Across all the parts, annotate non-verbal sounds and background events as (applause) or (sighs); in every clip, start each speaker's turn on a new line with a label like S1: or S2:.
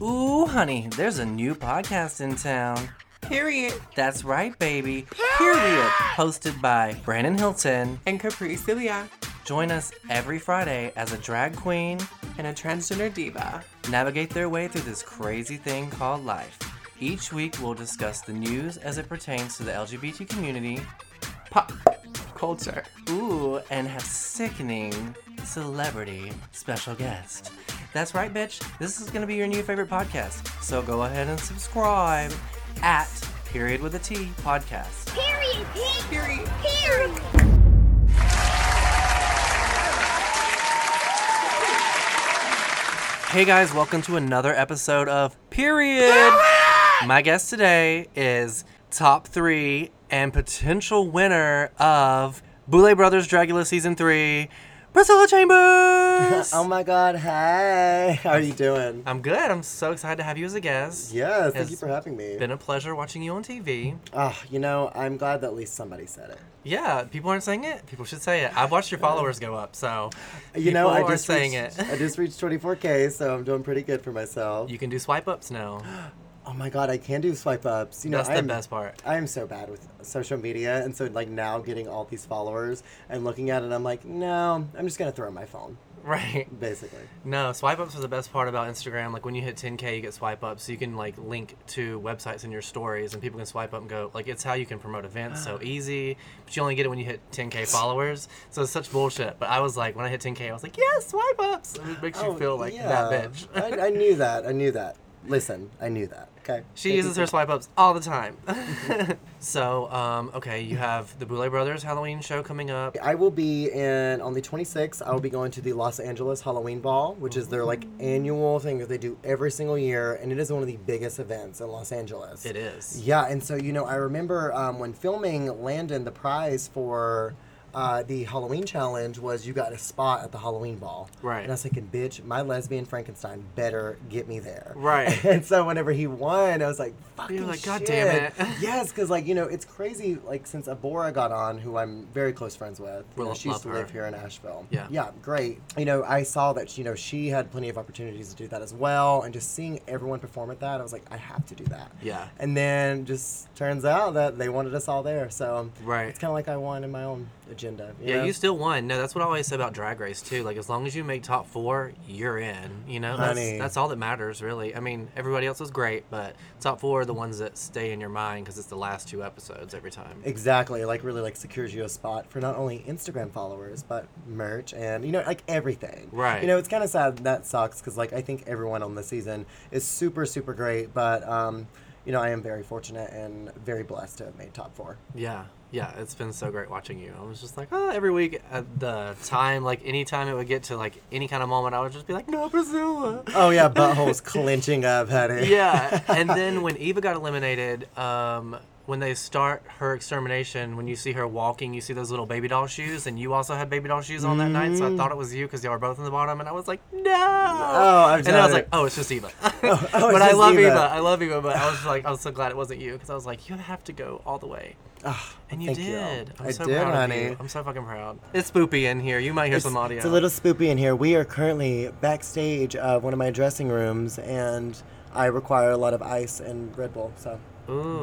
S1: Ooh, honey, there's a new podcast in town.
S2: Period.
S1: That's right, baby. Period. Hosted by Brandon Hilton.
S2: And Capri Celia.
S1: Join us every Friday as a drag queen
S2: and a transgender diva
S1: navigate their way through this crazy thing called life. Each week, we'll discuss the news as it pertains to the LGBT community,
S2: pop culture,
S1: ooh, and have sickening celebrity special guests. That's right, bitch. This is going to be your new favorite podcast. So go ahead and subscribe at Period with a T podcast.
S3: Period.
S2: Period.
S3: Period.
S1: Hey guys, welcome to another episode of Period. My guest today is top three and potential winner of Boulay Brothers Dragula Season 3, Priscilla
S4: (laughs)
S1: Chambers.
S4: Oh my god, hey! How are you doing?
S1: I'm good. I'm so excited to have you as a guest.
S4: Yes, thank
S1: It's
S4: you for having me.
S1: Been a pleasure watching you on TV.
S4: Ah, you know, I'm glad that at least somebody said it.
S1: Yeah, people aren't saying it. People should say it. I've watched your followers go up, so
S4: You know, I
S1: people
S4: just
S1: are saying
S4: reached,
S1: it. (laughs)
S4: I just reached 24k, so I'm doing pretty good for myself.
S1: You can do swipe ups now.
S4: oh my god, I can do swipe ups. You know,
S1: That's the
S4: I'm,
S1: best part.
S4: I am so bad with social media, and so like now getting all these followers and looking at it, I'm like, no, I'm just gonna throw my phone,
S1: Right.
S4: basically.
S1: No, swipe ups are the best part about Instagram. Like when you hit 10k, you get swipe ups, so you can like link to websites in your stories, and people can swipe up and go. Like it's how you can promote events so easy, but you only get it when you hit 10k followers. So it's such bullshit. But I was like, when I hit 10k, I was like, yes, swipe ups. It makes you feel like that bitch.
S4: Oh,
S1: (laughs)
S4: I, I knew that. I knew that. Listen, I knew that. Okay.
S1: She uses her swipe ups all the time. (laughs) so, um, okay, you have the Boulay Brothers Halloween show coming up.
S4: I will be in on the 26th. I will be going to the Los Angeles Halloween Ball, which is their like
S1: Oh.
S4: annual thing that they do every single year, and it is one of the biggest events in Los Angeles.
S1: It is.
S4: Yeah, and so you know, I remember um, when filming Landon, the prize for uh, the Halloween challenge was you got a spot at the Halloween Ball.
S1: Right.
S4: And I was thinking, bitch, my lesbian Frankenstein better get me there.
S1: Right.
S4: (laughs) and so whenever he won, I was like, fucking
S1: like, "God
S4: shit."
S1: damn
S4: (laughs)
S1: it.
S4: yes, because like you know, it's crazy. Like since Abora got on, who I'm very close friends with, you
S1: Well,
S4: know, she used
S1: love
S4: to
S1: her.
S4: live here in Asheville.
S1: Yeah.
S4: Yeah, great. You know, I saw that you know she had plenty of opportunities to do that as well, and just seeing everyone perform at that, I was like, I have to do that.
S1: Yeah.
S4: And then just turns out that they wanted us all there, so
S1: Right.
S4: It's kind of like I won in my own agenda.
S1: Yeah,
S4: know?
S1: you still won. No, that's what I always say about Drag Race too. Like as long as you make top four, you're in. You know, that's,
S4: Honey.
S1: that's all that matters really. I mean, everybody else was great, but top four are the ones that stay in your mind because it's the last two episodes every time.
S4: Exactly, like really like secures you a spot for not only Instagram followers but merch and you know like everything.
S1: Right.
S4: You know it's kind of sad that sucks because like I think everyone on the season is super super great, but um, you know I am very fortunate and very blessed to have made top four.
S1: Yeah, yeah, it's been so great watching you. I was just like, oh, every week at the time, like any time it would get to like any kind of moment, I would just be like, no, Priscilla.
S4: Oh yeah, (laughs) buttholes clenching up,
S1: (laughs)
S4: honey.
S1: yeah. And then when Eva got eliminated, um, when they start her extermination, when you see her walking, you see those little baby doll shoes, and you also had baby doll shoes on that night. So I thought it was you because y'all were both in the bottom, and I was like, no. Oh,
S4: I've
S1: and then I
S4: done
S1: was
S4: it.
S1: like, oh, it's just Eva.
S4: (laughs)
S1: (laughs)
S4: it's
S1: but I
S4: just
S1: love Eva.
S4: Eva.
S1: I love Eva. But I was like, I was so glad it wasn't you because I was like, you have to go all the way. and you
S4: Ah, thank you.
S1: did. I'm
S4: I
S1: so
S4: did,
S1: proud of you.
S4: honey.
S1: I'm so fucking proud. It's spoopy in here. You might hear some audio.
S4: It's a little spoopy in here. We are currently backstage of one of my dressing rooms, and I require a lot of ice and Red Bull, so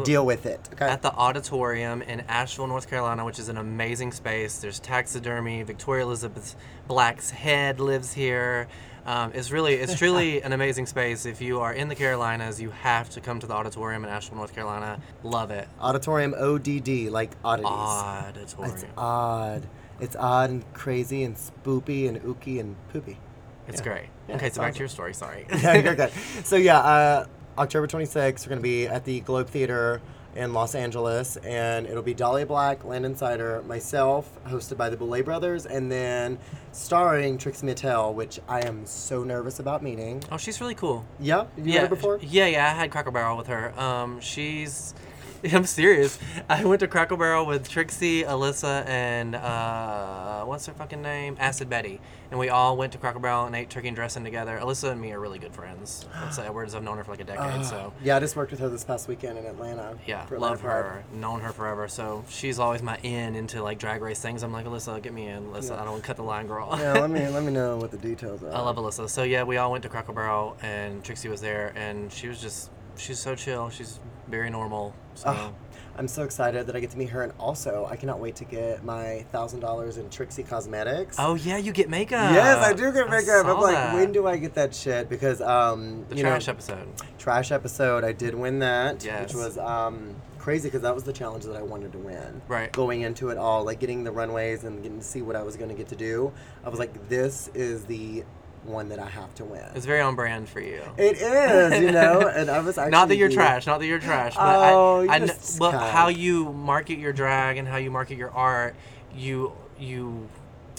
S4: deal with it. Okay.
S1: at the auditorium in Asheville, North Carolina, which is an amazing space. There's taxidermy. Victoria Elizabeth Black's head lives here. Um, it's really,
S4: (laughs)
S1: it's truly an amazing space. If you are in the Carolinas, you have to come to the auditorium in Asheville, North Carolina. Love it.
S4: Auditorium ODD, like oddities.
S1: Auditorium.
S4: It's uh, odd. It's odd and crazy and spoopy and ooky and poopy.
S1: (laughs)
S4: (laughs)
S1: It's great. okay,
S4: it's
S1: so back to
S4: awesome.
S1: your story.
S4: (laughs)
S1: Sorry.
S4: Yeah, you're good. So yeah, uh, October 26th, we're gonna be at the Globe Theater in Los Angeles, and it'll be Dolly Black, Landon Sider, myself, hosted by the Boulay Brothers, and then starring Trixie Mattel, which I am so nervous about meeting.
S1: oh, she's really cool.
S4: Yep, you met
S1: yeah,
S4: her before?
S1: Yeah, yeah, I had Cracker Barrel with her. Um, she's (laughs) I'm serious. I went to Crackle Barrel with Trixie, Alyssa, and uh, what's her fucking name? Acid Betty. And we all went to Crackle Barrel and ate turkey and dressing together. Alyssa and me are really good friends. Alyssa Edwards, I've known her for like a decade, so
S4: Yeah, I just worked with her this past weekend in Atlanta.
S1: yeah,
S4: Uh, for Atlanta
S1: love
S4: Pride.
S1: her. Known her forever, so she's always my in into like drag race things. I'm like, Alyssa, get me in. Alyssa, I don't want to cut the line, girl.
S4: Yeah, let me let me know what the details are.
S1: (laughs) I love Alyssa. So yeah, we all went to Crackle Barrel, and Trixie was there, and she was just she's so chill. She's very normal. So
S4: I'm so excited that I get to meet her, and also I cannot wait to get my thousand dollars in Trixie Cosmetics.
S1: oh yeah, you get makeup.
S4: Yes, I do get
S1: I
S4: makeup. I'm
S1: saw
S4: like,
S1: that.
S4: when do I get that shit? Because um,
S1: the
S4: you
S1: trash
S4: know,
S1: episode?
S4: trash episode, I did win that,
S1: Yes.
S4: which was um crazy because that was the challenge that I wanted to win.
S1: Right.
S4: Going into it all, like getting the runways and getting to see what I was going to get to do, I was like, this is the one that I have to win.
S1: It's very on brand for you.
S4: It is,
S1: (laughs)
S4: you know, and I was actually
S1: Not that you're
S4: the-
S1: trash. Not that you're trash. But
S4: Oh,
S1: I, I kn-
S4: you're just
S1: but
S4: kind.
S1: how you market your drag and how you market your art, you you,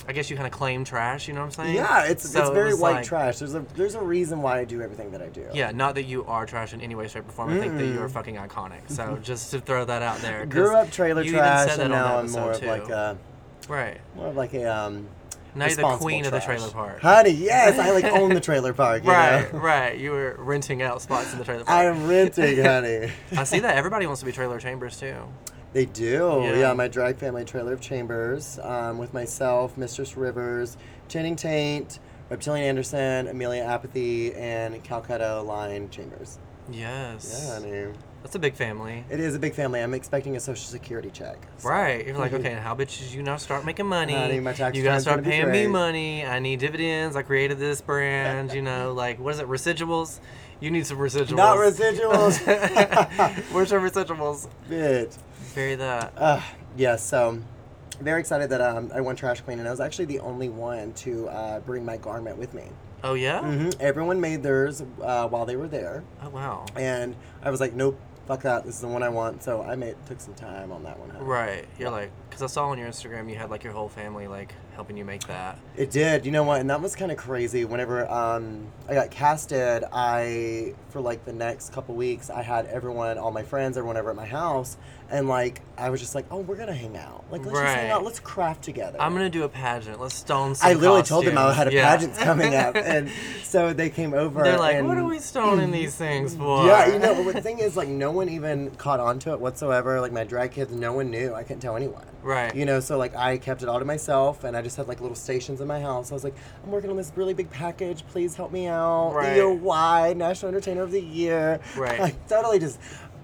S1: I guess you kind of claim trash. You know what I'm saying?
S4: Yeah, it's
S1: So
S4: it's
S1: it
S4: very
S1: was
S4: white
S1: like-
S4: trash. There's a there's a reason why I do everything that I do.
S1: Yeah, not that you are trash in any way, shape, or form. I think that you are fucking iconic. So (laughs) just to throw that out there. 'cause
S4: Grew up trailer
S1: you even
S4: trash,
S1: said
S4: and
S1: that on
S4: now
S1: that
S4: I'm more of
S1: episode,
S4: like
S1: too.
S4: a
S1: right.
S4: more of like a um.
S1: Now you're the
S4: responsible
S1: queen of the
S4: trash.
S1: trailer park.
S4: honey. Yes, I like own
S1: (laughs)
S4: the trailer park. you
S1: Right,
S4: know?
S1: right. You were renting out spots in the trailer park.
S4: (laughs) I'm renting,
S1: (laughs)
S4: honey.
S1: I see that everybody wants to be trailer chambers too.
S4: They do.
S1: Yeah.
S4: Yeah. my drag family trailer of chambers um, with myself, Mistress Rivers, Channing Taint, Reptilian Anderson, Amelia Apathy, and Calcutta Line Chambers.
S1: Yes.
S4: Yeah, honey.
S1: That's a big family.
S4: It is a big family. I'm expecting a social security check. So-
S1: Right. You're
S4: (laughs)
S1: like, okay, how bitch did you now start making money?
S4: Honey, my tax
S1: you gotta
S4: return's
S1: start
S4: gonna be
S1: paying me
S4: great.
S1: money. I need dividends. I created this brand, you
S4: (laughs)
S1: know, like what is it, residuals? You need some residuals.
S4: Not residuals.
S1: (laughs)
S4: (laughs)
S1: Where's your residuals?
S4: Bitch.
S1: Bury that.
S4: Uh, yeah, so very excited that um, I won Trash Queen, and I was actually the only one to uh, bring my garment with me.
S1: Oh yeah?
S4: hmm Everyone made theirs uh, while they were there,
S1: Oh wow.
S4: and I was like, nope, fuck that. This is the one I want. So I made took some time on that one. honey.
S1: Right. You're like, because I saw on your Instagram you had like your whole family like helping you make that.
S4: It did. You know what? And that was kind of crazy. Whenever um, I got casted, I for like the next couple weeks, I had everyone, all my friends, everyone over at my house, and like I was just like, oh, we're gonna hang out. Like let's just hang
S1: Right.
S4: out. Let's craft together.
S1: I'm gonna do a pageant. Let's stone some
S4: I literally told them I
S1: costumes.
S4: had a
S1: Yeah.
S4: pageant's
S1: (laughs)
S4: coming up, and so they came over.
S1: They're like,
S4: and
S1: what are we stoning these things for?
S4: (laughs) Yeah, you know, but the thing is, like, no one even caught on to it whatsoever. Like, my drag kids, no one knew. I couldn't tell anyone.
S1: Right.
S4: You know, so, like, I kept it all to myself, and I just had, like, little stations in my house. I was like, I'm working on this really big package. Please help me out.
S1: Right.
S4: EOY, National Entertainer of the Year.
S1: Right.
S4: (laughs) Like, totally just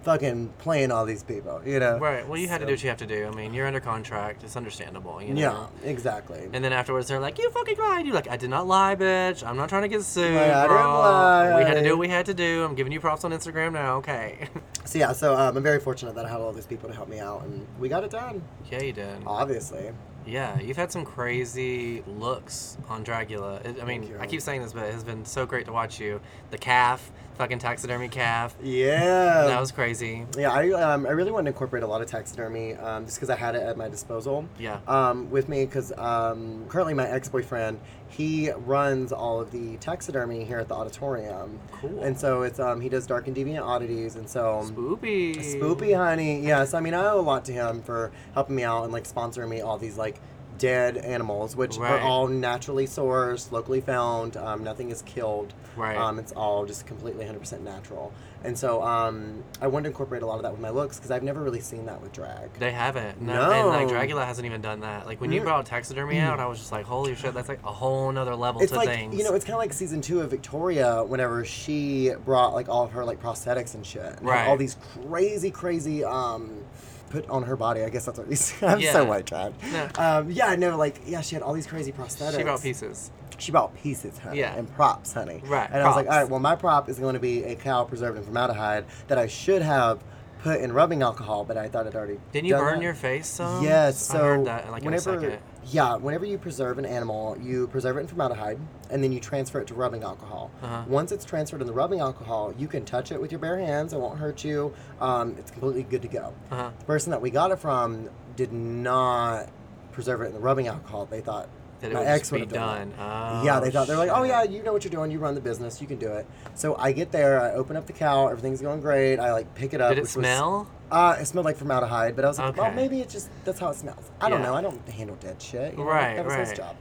S4: fucking playing all these people, you know?
S1: Right. Well, you had to
S4: So-
S1: do what you have to do. I mean, you're under contract. It's understandable. You know?
S4: Yeah, exactly.
S1: And then afterwards, they're like, "You fucking lied." You're like, "I did not lie, bitch. I'm not trying to get sued,
S4: Like, I didn't
S1: girl.
S4: lie,
S1: we had to do
S4: honey."
S1: what we had to do. I'm giving you props on Instagram now. Okay. (laughs)
S4: so, yeah, so um, I'm very fortunate that I had all these people to help me out, and we got it done,
S1: yeah, you did.
S4: obviously.
S1: Yeah, you've had some crazy looks on Dracula. It, I mean,
S4: you.
S1: I keep saying this, but it has been so great to watch you. The calf, fucking taxidermy calf.
S4: Yeah.
S1: That was crazy.
S4: Yeah, I, um, I really want to incorporate a lot of taxidermy um, just because I had it at my disposal.
S1: Yeah.
S4: Um, with me because um, currently my ex boyfriend he runs all of the taxidermy here at the auditorium.
S1: Cool.
S4: And so it's um, he does dark and deviant oddities, and so um,
S1: Spoopy.
S4: Spoopy, honey. Yes, I mean I owe a lot to him for helping me out and like sponsoring me all these like dead animals, which are
S1: Right.
S4: all naturally sourced, locally found. Um, nothing is killed.
S1: Right.
S4: Um, it's all just completely 100% natural. And so um, I wanted to incorporate a lot of that with my looks because I've never really seen that with drag.
S1: They haven't. No. And like
S4: No. Mm.
S1: Dracula hasn't even done that. Like when you brought taxidermy out, I was just like, holy shit, that's like a whole nother level
S4: It's
S1: to
S4: like
S1: things.
S4: you know, it's kind of like season two of Victoria. Whenever she brought like all of her like prosthetics and shit, and had
S1: Right.
S4: All these crazy, crazy um, put on her body. I guess that's what these. (laughs) I'm
S1: Yeah.
S4: so white trash.
S1: No.
S4: Um, yeah, no, like yeah, she had all these crazy prosthetics.
S1: she brought pieces.
S4: She bought pieces, honey,
S1: Yeah.
S4: and props, honey.
S1: Right,
S4: And I was like,
S1: props.
S4: all right, well, my prop is going to be a cow preserved in formaldehyde that I should have put in rubbing alcohol, but I thought it already.
S1: Didn't you
S4: done
S1: burn
S4: that.
S1: your face some?
S4: Yes, so
S1: I heard that in like
S4: whenever,
S1: in a second.
S4: yeah, whenever you preserve an animal, you preserve it in formaldehyde, and then you transfer it to rubbing alcohol.
S1: Uh-huh.
S4: Once it's transferred in the rubbing alcohol, you can touch it with your bare hands; it won't hurt you. Um, it's completely good to go.
S1: Uh-huh.
S4: The person that we got it from did not preserve it in the rubbing alcohol. They thought
S1: That it
S4: My
S1: would
S4: ex
S1: just be
S4: would've done
S1: done. Oh,
S4: yeah, they thought they're like, oh
S1: shit.
S4: yeah, you know what you're doing. You run the business. You can do it. So I get there. I open up the cow. Everything's going great. I like pick it up.
S1: Did it
S4: which was-
S1: smell?
S4: uh, it smelled like formaldehyde, but I was like, well,
S1: Okay.
S4: maybe it's just that's how it smells. I don't
S1: Yeah.
S4: know. I don't handle dead shit. You know?
S1: Right,
S4: That was his
S1: right.
S4: job.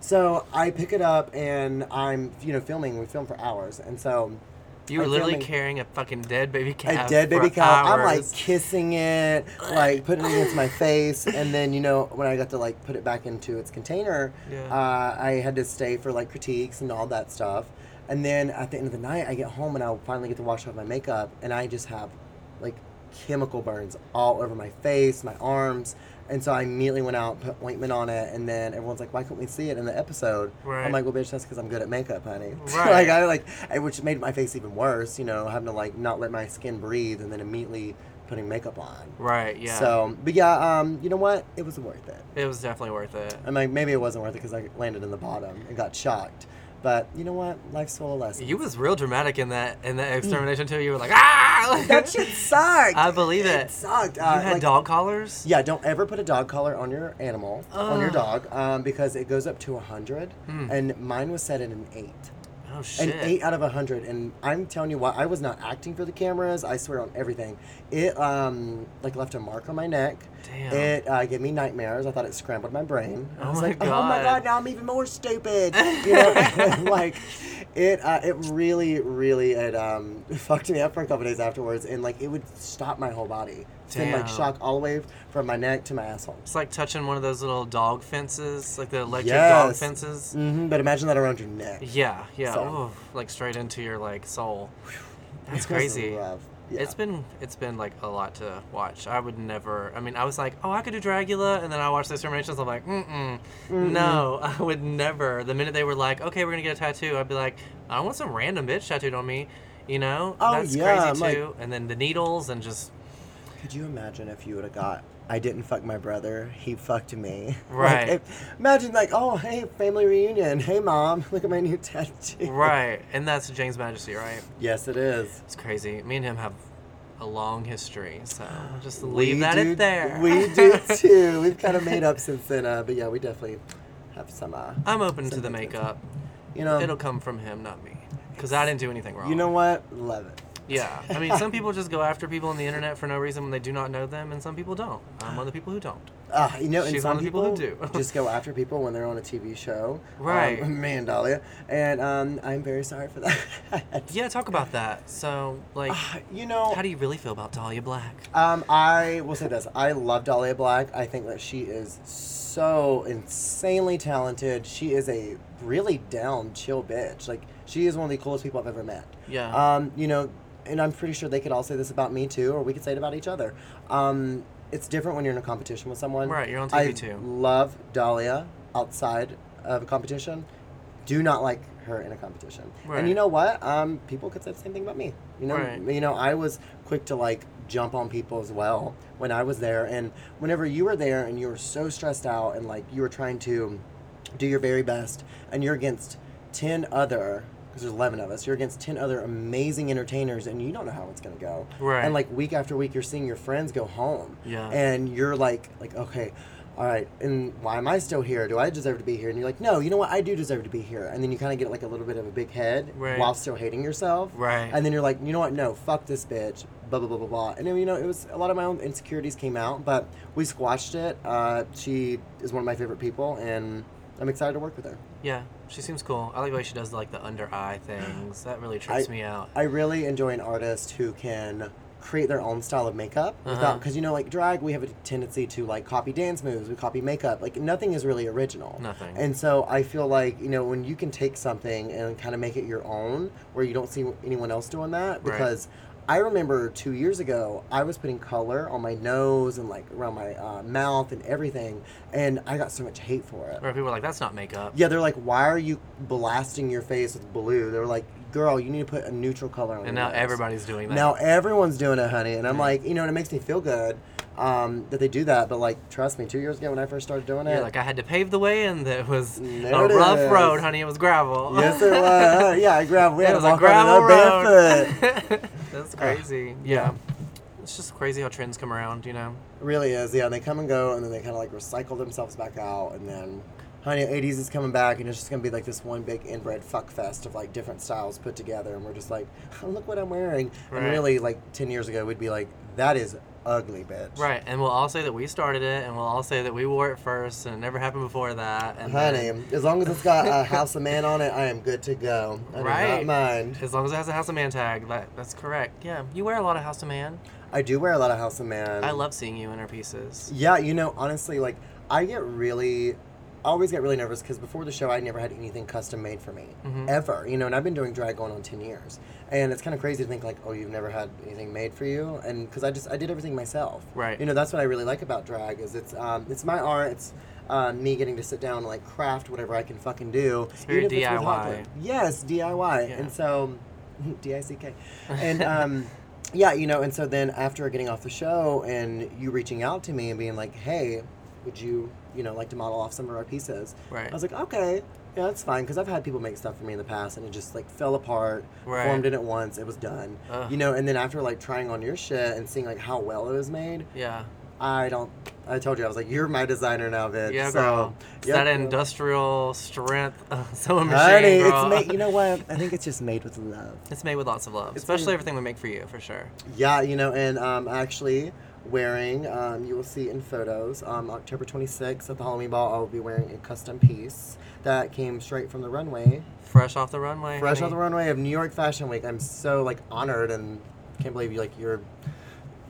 S4: So I pick it up and I'm, you know, filming. We film for hours, and so
S1: You were
S4: I'm
S1: literally
S4: filming-
S1: carrying a fucking dead baby calf.
S4: a dead baby
S1: for
S4: cow. I'm like
S1: hours.
S4: kissing it, like putting it against my face, and then you know when I got to like put it back into its container,
S1: Yeah.
S4: uh, I had to stay for like critiques and all that stuff. And then at the end of the night, I get home and I finally get to wash off my makeup, and I just have like chemical burns all over my face, my arms. And so I immediately went out, put ointment on it, and then everyone's like, "Why couldn't we see it in the episode?"
S1: Right.
S4: I'm like, "Well, bitch, that's because I'm good at makeup, honey." (laughs)
S1: Right.
S4: like I like, I- which made my face even worse. You know, having to like not let my skin breathe and then immediately putting makeup on.
S1: Right. Yeah.
S4: So, but yeah, um, you know what? It was worth it.
S1: it was definitely worth it.
S4: I mean, maybe it wasn't worth it because I landed in the bottom and got shocked. But you know what? Life's full of lessons.
S1: You was real dramatic in that in that extermination too. You were like, ah!
S4: mm. that
S1: (laughs)
S4: shit sucked.
S1: I believe it.
S4: sucked. Uh,
S1: you had
S4: like-
S1: dog collars.
S4: Yeah, don't ever put a dog collar on your animal, on your dog, um, because it goes up to 100.
S1: Hmm.
S4: And mine was set at an 8.
S1: Oh shit.
S4: an eight out of a hundred. And I'm telling you what, I was not acting for the cameras. I swear on everything. It um like left a mark on my neck.
S1: Damn.
S4: It uh, gave me nightmares. I thought it scrambled my brain. I
S1: Oh
S4: was
S1: my
S4: like, oh my
S1: God.
S4: god, now I'm even more stupid.
S1: (laughs)
S4: You know, (laughs) like it uh, it really really it um (laughs) fucked me up for a couple days afterwards, and like it would stop my whole body. Send like
S1: Damn.
S4: shock all the way from my neck to my asshole.
S1: It's like touching one of those little dog fences, like the electric dog
S4: Yes.
S1: fences.
S4: hmm but imagine that around your neck.
S1: Yeah, yeah.
S4: So-
S1: Oh, like straight into your like soul.
S4: (laughs)
S1: That's
S4: It was
S1: crazy.
S4: rough. Yeah.
S1: It's been it's been like a lot to watch. I would never. I mean, I was like, oh, I could do Dracula, and then I watched the exterminations. I'm like, mm mm, no, (laughs) I would never. The minute they were like, okay, we're gonna get a tattoo, I'd be like, I want some random bitch tattooed on me, you know?
S4: Oh,
S1: That's
S4: yeah, I'm
S1: crazy
S4: like-
S1: too. and then the needles and just
S4: Could you imagine if you would have got? I didn't fuck my brother. He fucked me. (laughs) Like,
S1: Right.
S4: if- imagine like, oh hey, family reunion. Hey mom, (laughs) look at my new tattoo.
S1: right, and that's James Majesty, right?
S4: Yes, it is.
S1: It's crazy. Me and him have a long history, so just
S4: We
S1: leave that
S4: do-
S1: at there. (laughs)
S4: We do too. We've kind of made up since then, uh, but yeah, we definitely have some. Uh,
S1: I'm open to
S4: some
S1: the
S4: things.
S1: makeup.
S4: You know.
S1: Um, It'll come from him, not me, because I didn't do anything wrong.
S4: Um, you know what? Love it.
S1: Yeah, I mean, some people just go after people on the internet for no reason when they do not know them, and some people don't. I'm one of the people who don't.
S4: Uh, you know, and
S1: She's
S4: some
S1: one of the people who do.
S4: (laughs) just go after people when they're on a TV show.
S1: Right.
S4: Um, (laughs) man, Dahlia, and um, I'm very sorry for that. (laughs)
S1: Yeah, talk about that. So, like,
S4: Ah, you know,
S1: how do you really feel about Dahlia Black?
S4: Um, I will say this: I love Dahlia Black. I think that she is so insanely talented. She is a really down, chill bitch. Like she is one of the coolest people I've ever met.
S1: Yeah.
S4: Um, you know, and I'm pretty sure they could all say this about me too, or we could say it about each other. Um, it's different when you're in a competition with someone.
S1: Right, you're on TV
S4: I
S1: too.
S4: Love Dahlia outside of a competition. Do not like her in a competition. And you
S1: Right.
S4: know what? Um, people could say the same thing about me. You know,
S1: Right.
S4: you know, I was quick to like jump on people as well when I was there. And whenever you were there and you were so stressed out and like you were trying to do your very best and you're against 10 other, because there's 11 of us, you're against 10 other amazing entertainers and you don't know how it's going to go.
S1: Right.
S4: And like week after week, you're seeing your friends go home.
S1: Yeah.
S4: And you're like, like, okay. All right, and why am I still here? Do I deserve to be here? And you're like, no, you know what? I do deserve to be here. And then you kind of get like a little bit of a big head
S1: Right.
S4: while still hating yourself.
S1: Right.
S4: And then you're like, you know what? No, fuck this bitch. Blah blah blah blah blah. And then, you know, it was a lot of my own insecurities came out, but we squashed it. Uh, she is one of my favorite people, and I'm excited to work with her.
S1: Yeah, she seems cool. I like the way she does like the under eye things. That really trips me out.
S4: I really enjoy an artist who can create their own style of makeup
S1: Uh-huh.
S4: without because you know like drag we have a tendency to like copy dance moves we copy makeup like nothing is really original
S1: Nothing.
S4: and so i feel like you know when you can take something and kind of make it your own where you don't see anyone else doing that because i remember two years ago i was putting color on my nose and like around my uh, mouth and everything and i got so much hate for it
S1: Where people are like, that's not makeup.
S4: yeah, they're like, why are you blasting your face with blue? They're like, girl, you need to put a neutral color on. your
S1: And now
S4: nose."
S1: everybody's doing that.
S4: Now everyone's doing it, honey, and I'm like, you know, and it makes me feel good um, that they do that. But like, trust me, two years ago when I first started doing it,
S1: You're like, I had to pave the way, and that was
S4: There
S1: a
S4: it
S1: rough
S4: is.
S1: road, honey. It was gravel.
S4: yes,
S1: (laughs)
S4: it was. yeah, I grabbed. We
S1: It
S4: had to
S1: was a
S4: walk on
S1: gravel
S4: it
S1: (laughs) road.
S4: barefoot. Ah,
S1: That's crazy. yeah. It's just crazy how trends come around, you know?
S4: It really is. Yeah, and they come and go, and then they kind of like recycle themselves back out, and then Honey, 80s is coming back, and it's just gonna be like this one big inbred fuck fest of like different styles put together, and we're just like, (laughs) oh, look what I'm wearing. And
S1: Right.
S4: really, like 10 years ago, we'd be like, that is ugly, bitch.
S1: Right, and we'll all say that we started it, and we'll all say that we wore it first, and it never happened before that. And
S4: Honey,
S1: then-
S4: as long as it's got
S1: (laughs)
S4: a House of Man on it, I am good to go. I do not
S1: Right.
S4: mind.
S1: as long as it has a House of Man tag, that, that's correct. Yeah, you wear a lot of House of Man.
S4: I do wear a lot of House of Man.
S1: I love seeing you in our pieces.
S4: Yeah, you know, honestly, like I get really, I always get really nervous because before the show, I never had anything custom made for me
S1: Mm-hmm.
S4: ever. You know, and I've been doing drag going on ten years, and it's kind of crazy to think like, oh, you've never had anything made for you, and because I just I did everything myself.
S1: Right.
S4: You know, that's what I really like about drag is it's um it's my art. It's uh, me getting to sit down and like craft whatever I can fucking do.
S1: very
S4: even if it's with hot
S1: DIY.
S4: glue. Yes, DIY.
S1: Yeah.
S4: And so, (laughs) D
S1: (laughs)
S4: I C K. And um, yeah, you know, and so then after getting off the show and you reaching out to me and being like, hey, would you, you know, like to model off some of our pieces?
S1: Right.
S4: I was like, okay, yeah, that's fine. Because I've had people make stuff for me in the past and it just like fell apart,
S1: Right.
S4: formed in at once, it was done.
S1: Ugh.
S4: You know, and then after like trying on your shit and seeing like how well it was made,
S1: Yeah.
S4: I don't. I told you I was like, you're my designer now, bitch.
S1: Yeah,
S4: so,
S1: girl. It's
S4: yep,
S1: that
S4: girl.
S1: industrial strength uh, (laughs) sewing machine,
S4: Honey,
S1: girl.
S4: it's made. You know
S1: (laughs)
S4: what? I think it's just made with love.
S1: It's made with lots of love,
S4: It's
S1: especially
S4: made-
S1: everything we make for you, for sure.
S4: Yeah, you know, and um, actually wearing, um, you will see in photos, um, October 26th at the Halloween Ball, I will be wearing a custom piece that came straight from the runway,
S1: Fresh off the runway.
S4: fresh off
S1: honey.
S4: the runway of New York Fashion Week. I'm so like honored and can't believe you like you're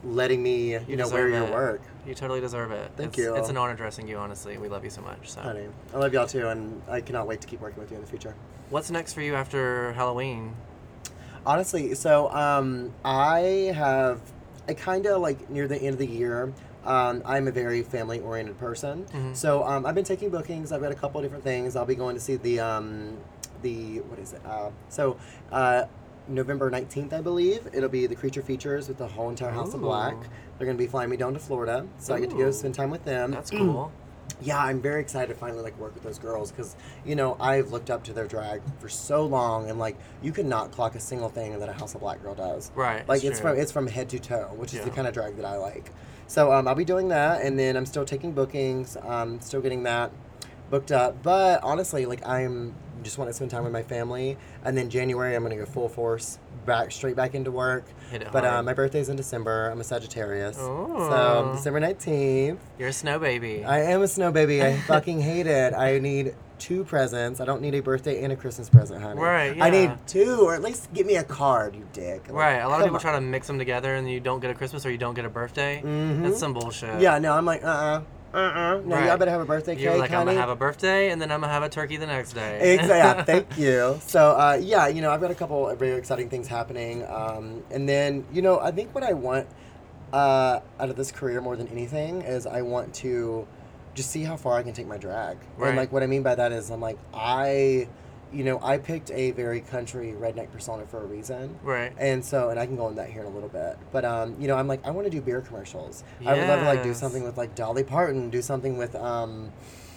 S4: letting me, you, know, wear
S1: deserve
S4: your
S1: it.
S4: work.
S1: You totally deserve it.
S4: Thank
S1: it's,
S4: you.
S1: It's an honor dressing you, honestly. We love you so much. So,
S4: Honey, I love y'all too, and I cannot wait to keep working with you in the future.
S1: what's next for you after Halloween?
S4: Honestly, so um, I have, I kind of like near the end of the year. Um, I'm a very family oriented person,
S1: Mm-hmm.
S4: so um, I've been taking bookings. I've got a couple of different things. I'll be going to see the um, the what is it? Uh, so. Uh, November 19th, I believe. It'll be the Creature Features with the whole entire House of Black.
S1: Ooh.
S4: They're going to be flying me down to Florida, so I get to go
S1: Ooh.
S4: spend time with them.
S1: That's cool.
S4: yeah i'm very excited to finally like work with those girls because you know i've looked up to their drag for so long and like you could not clock a single thing that a house of black girl does
S1: Right,
S4: like
S1: it's
S4: it's,
S1: true.
S4: from it's from head to toe which is the
S1: Yeah.
S4: kind of drag that i like so um, i'll be doing that and then i'm still taking bookings um, still getting that booked up but honestly like i'm just want to spend time with my family and then january i'm gonna go full force back straight back into work
S1: Hit it
S4: but
S1: hard.
S4: uh, my birthday's in december i'm a sagittarius so
S1: Ooh.
S4: december 19th
S1: You're a snow baby.
S4: I am a snow baby. I fucking hate it. I need two presents. I don't need a birthday and a Christmas present, honey.
S1: Right,
S4: I need
S1: yeah.
S4: two, or at least give me a card, you dick. Like,
S1: Right, a lot of
S4: come
S1: people
S4: on.
S1: try to mix them together, and you don't get a Christmas or you don't get a birthday.
S4: Mhm.
S1: That's some bullshit.
S4: Yeah, no, I'm like, uh uh-uh, uh, No,
S1: Right.
S4: y'all better have a birthday cake.
S1: You're like, I'm
S4: honey.
S1: gonna have a birthday, and then I'm gonna have a turkey the next day. (laughs)
S4: Exactly. Thank you. So, uh, yeah, you know, I've got a couple of very exciting things happening. Um, and then, you know, I think what I want uh, out of this career more than anything is I want to just see how far I can take my drag.
S1: Right.
S4: And, like, what I mean by that is I'm like, I, you know, I picked a very country redneck persona for a reason.
S1: Right.
S4: And so, and I can go on that here in a little bit. But, um, you know, I'm like, I want to do beer commercials. I would love to, like, do
S1: Yes.
S4: something with, like, Dolly Parton, do something with, um, (sighs)